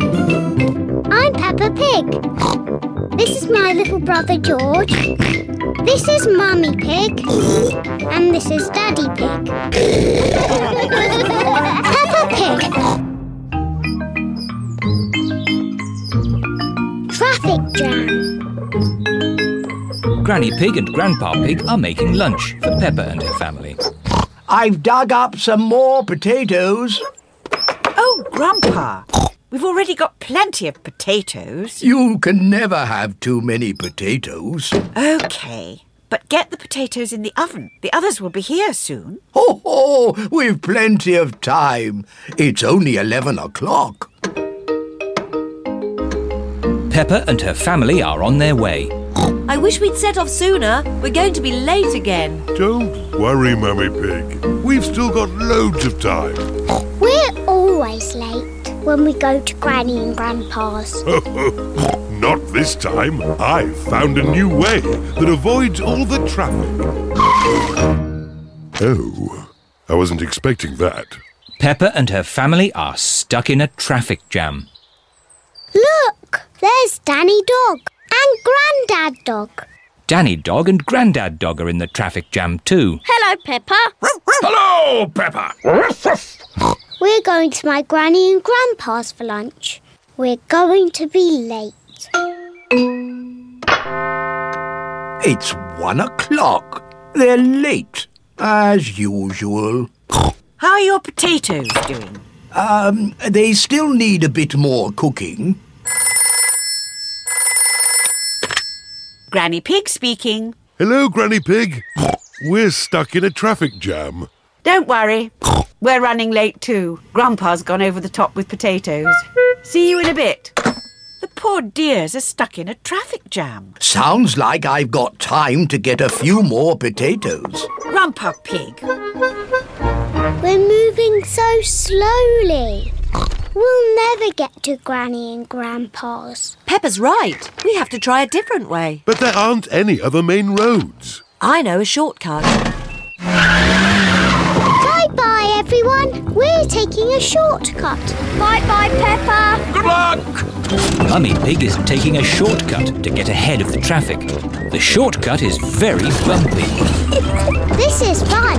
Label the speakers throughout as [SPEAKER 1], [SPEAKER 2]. [SPEAKER 1] I'm Peppa Pig. This is my little brother George. This is Mummy Pig. And this is Daddy Pig. Peppa Pig. Traffic jam.
[SPEAKER 2] Granny Pig and Grandpa Pig are making lunch for Peppa and her family.
[SPEAKER 3] I've dug up some more potatoes.
[SPEAKER 4] Oh, Grandpa, we've already got plenty of potatoes.
[SPEAKER 3] You can never have too many potatoes.
[SPEAKER 4] Okay, but get the potatoes in the oven. The others will be here soon.
[SPEAKER 3] Ho ho! We've plenty of time. It's only eleven o'clock.
[SPEAKER 2] Peppa and her family are on their way.
[SPEAKER 5] I wish we'd set off sooner. We're going to be late again.
[SPEAKER 6] Don't worry, Mummy Pig. We've still got loads of time.
[SPEAKER 1] We're always late when we go to Granny and Grandpa's.
[SPEAKER 6] Not this time. I've found a new way that avoids all the traffic. Oh, I wasn't expecting that.
[SPEAKER 2] Peppa and her family are stuck in a traffic jam.
[SPEAKER 1] Look, there's Danny Dog and Grandad Dog.
[SPEAKER 2] Danny Dog and Grandad Dog are in the traffic jam too.
[SPEAKER 1] Hello, Peppa.
[SPEAKER 2] Hello, Peppa!
[SPEAKER 1] We're going to my granny and grandpa's for lunch. We're going to be late.
[SPEAKER 3] It's one o'clock. They're late, as usual.
[SPEAKER 4] How are your potatoes doing?
[SPEAKER 3] Um, they still need a bit more cooking.
[SPEAKER 4] Granny Pig speaking.
[SPEAKER 6] Hello, Granny Pig. We're stuck in a traffic jam.
[SPEAKER 4] Don't worry, we're running late too. Grandpa's gone over the top with potatoes. See you in a bit. The poor dears are stuck in a traffic jam.
[SPEAKER 3] Sounds like I've got time to get a few more potatoes.
[SPEAKER 4] Grandpa Pig,
[SPEAKER 1] We're moving so slowly. We'll never get to granny and grandpa's.
[SPEAKER 5] Peppa's right. We have to try a different way.
[SPEAKER 6] But there aren't any other main roads.
[SPEAKER 5] I know a shortcut.
[SPEAKER 1] Bye bye, everyone. We're taking a shortcut. Bye bye, Peppa.
[SPEAKER 2] Mummy Pig is taking a shortcut to get ahead of the traffic. The shortcut is very bumpy.
[SPEAKER 1] This is fun.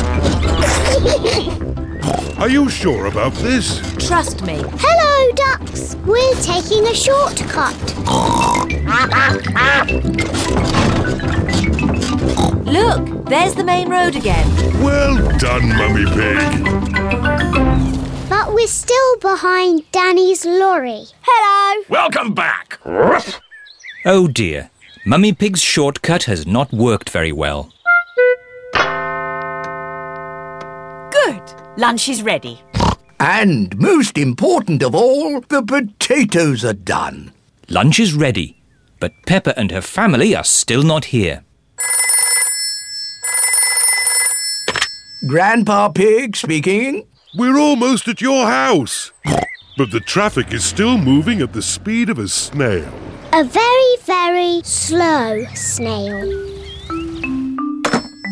[SPEAKER 6] Are you sure about this?
[SPEAKER 5] Trust me.
[SPEAKER 1] Hello, ducks. We're taking a shortcut.
[SPEAKER 5] Look, there's the main road again.
[SPEAKER 6] Well done, Mummy Pig.
[SPEAKER 1] But we're still behind Danny's lorry. Hello.
[SPEAKER 2] Welcome back! Oh dear, Mummy Pig's shortcut has not worked very well.
[SPEAKER 4] good. Lunch is ready.
[SPEAKER 3] And most important of all, the potatoes are done.
[SPEAKER 2] Lunch is ready, but Peppa and her family are still not here.
[SPEAKER 3] Grandpa Pig speaking.
[SPEAKER 6] We're almost at your house. But the traffic is still moving at the speed of a snail.
[SPEAKER 1] A very, very slow snail.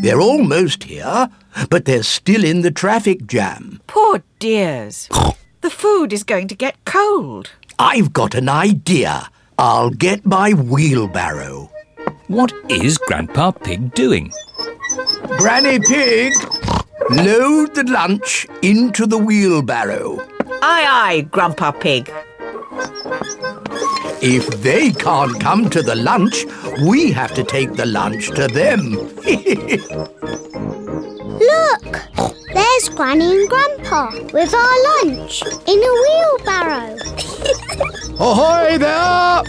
[SPEAKER 3] They're almost here, but they're still in the traffic jam.
[SPEAKER 4] Poor dears. The food is going to get cold.
[SPEAKER 3] I've got an idea. I'll get my wheelbarrow.
[SPEAKER 2] What is Grandpa Pig doing?
[SPEAKER 3] Granny Pig, load the lunch into the wheelbarrow.
[SPEAKER 4] Aye, aye, Grandpa Pig.
[SPEAKER 3] If they can't come to the lunch, we have to take the lunch to them.
[SPEAKER 1] Look, there's Granny and Grandpa with our lunch in a wheelbarrow.
[SPEAKER 3] Ahoy there!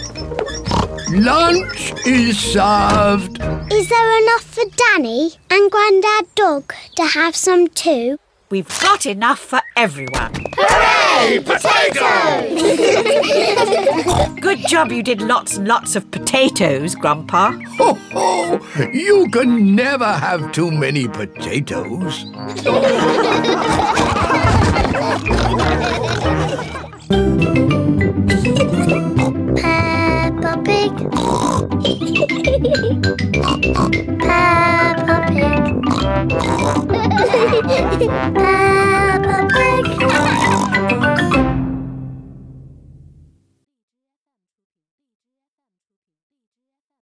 [SPEAKER 3] Lunch is served.
[SPEAKER 1] Is there enough for Danny and Grandad Dog to have some too?
[SPEAKER 4] We've got enough for everyone.
[SPEAKER 1] Hooray, potato!
[SPEAKER 4] Good job you did lots and lots of potatoes, Grandpa.
[SPEAKER 3] Ho ho! You can never have too many potatoes.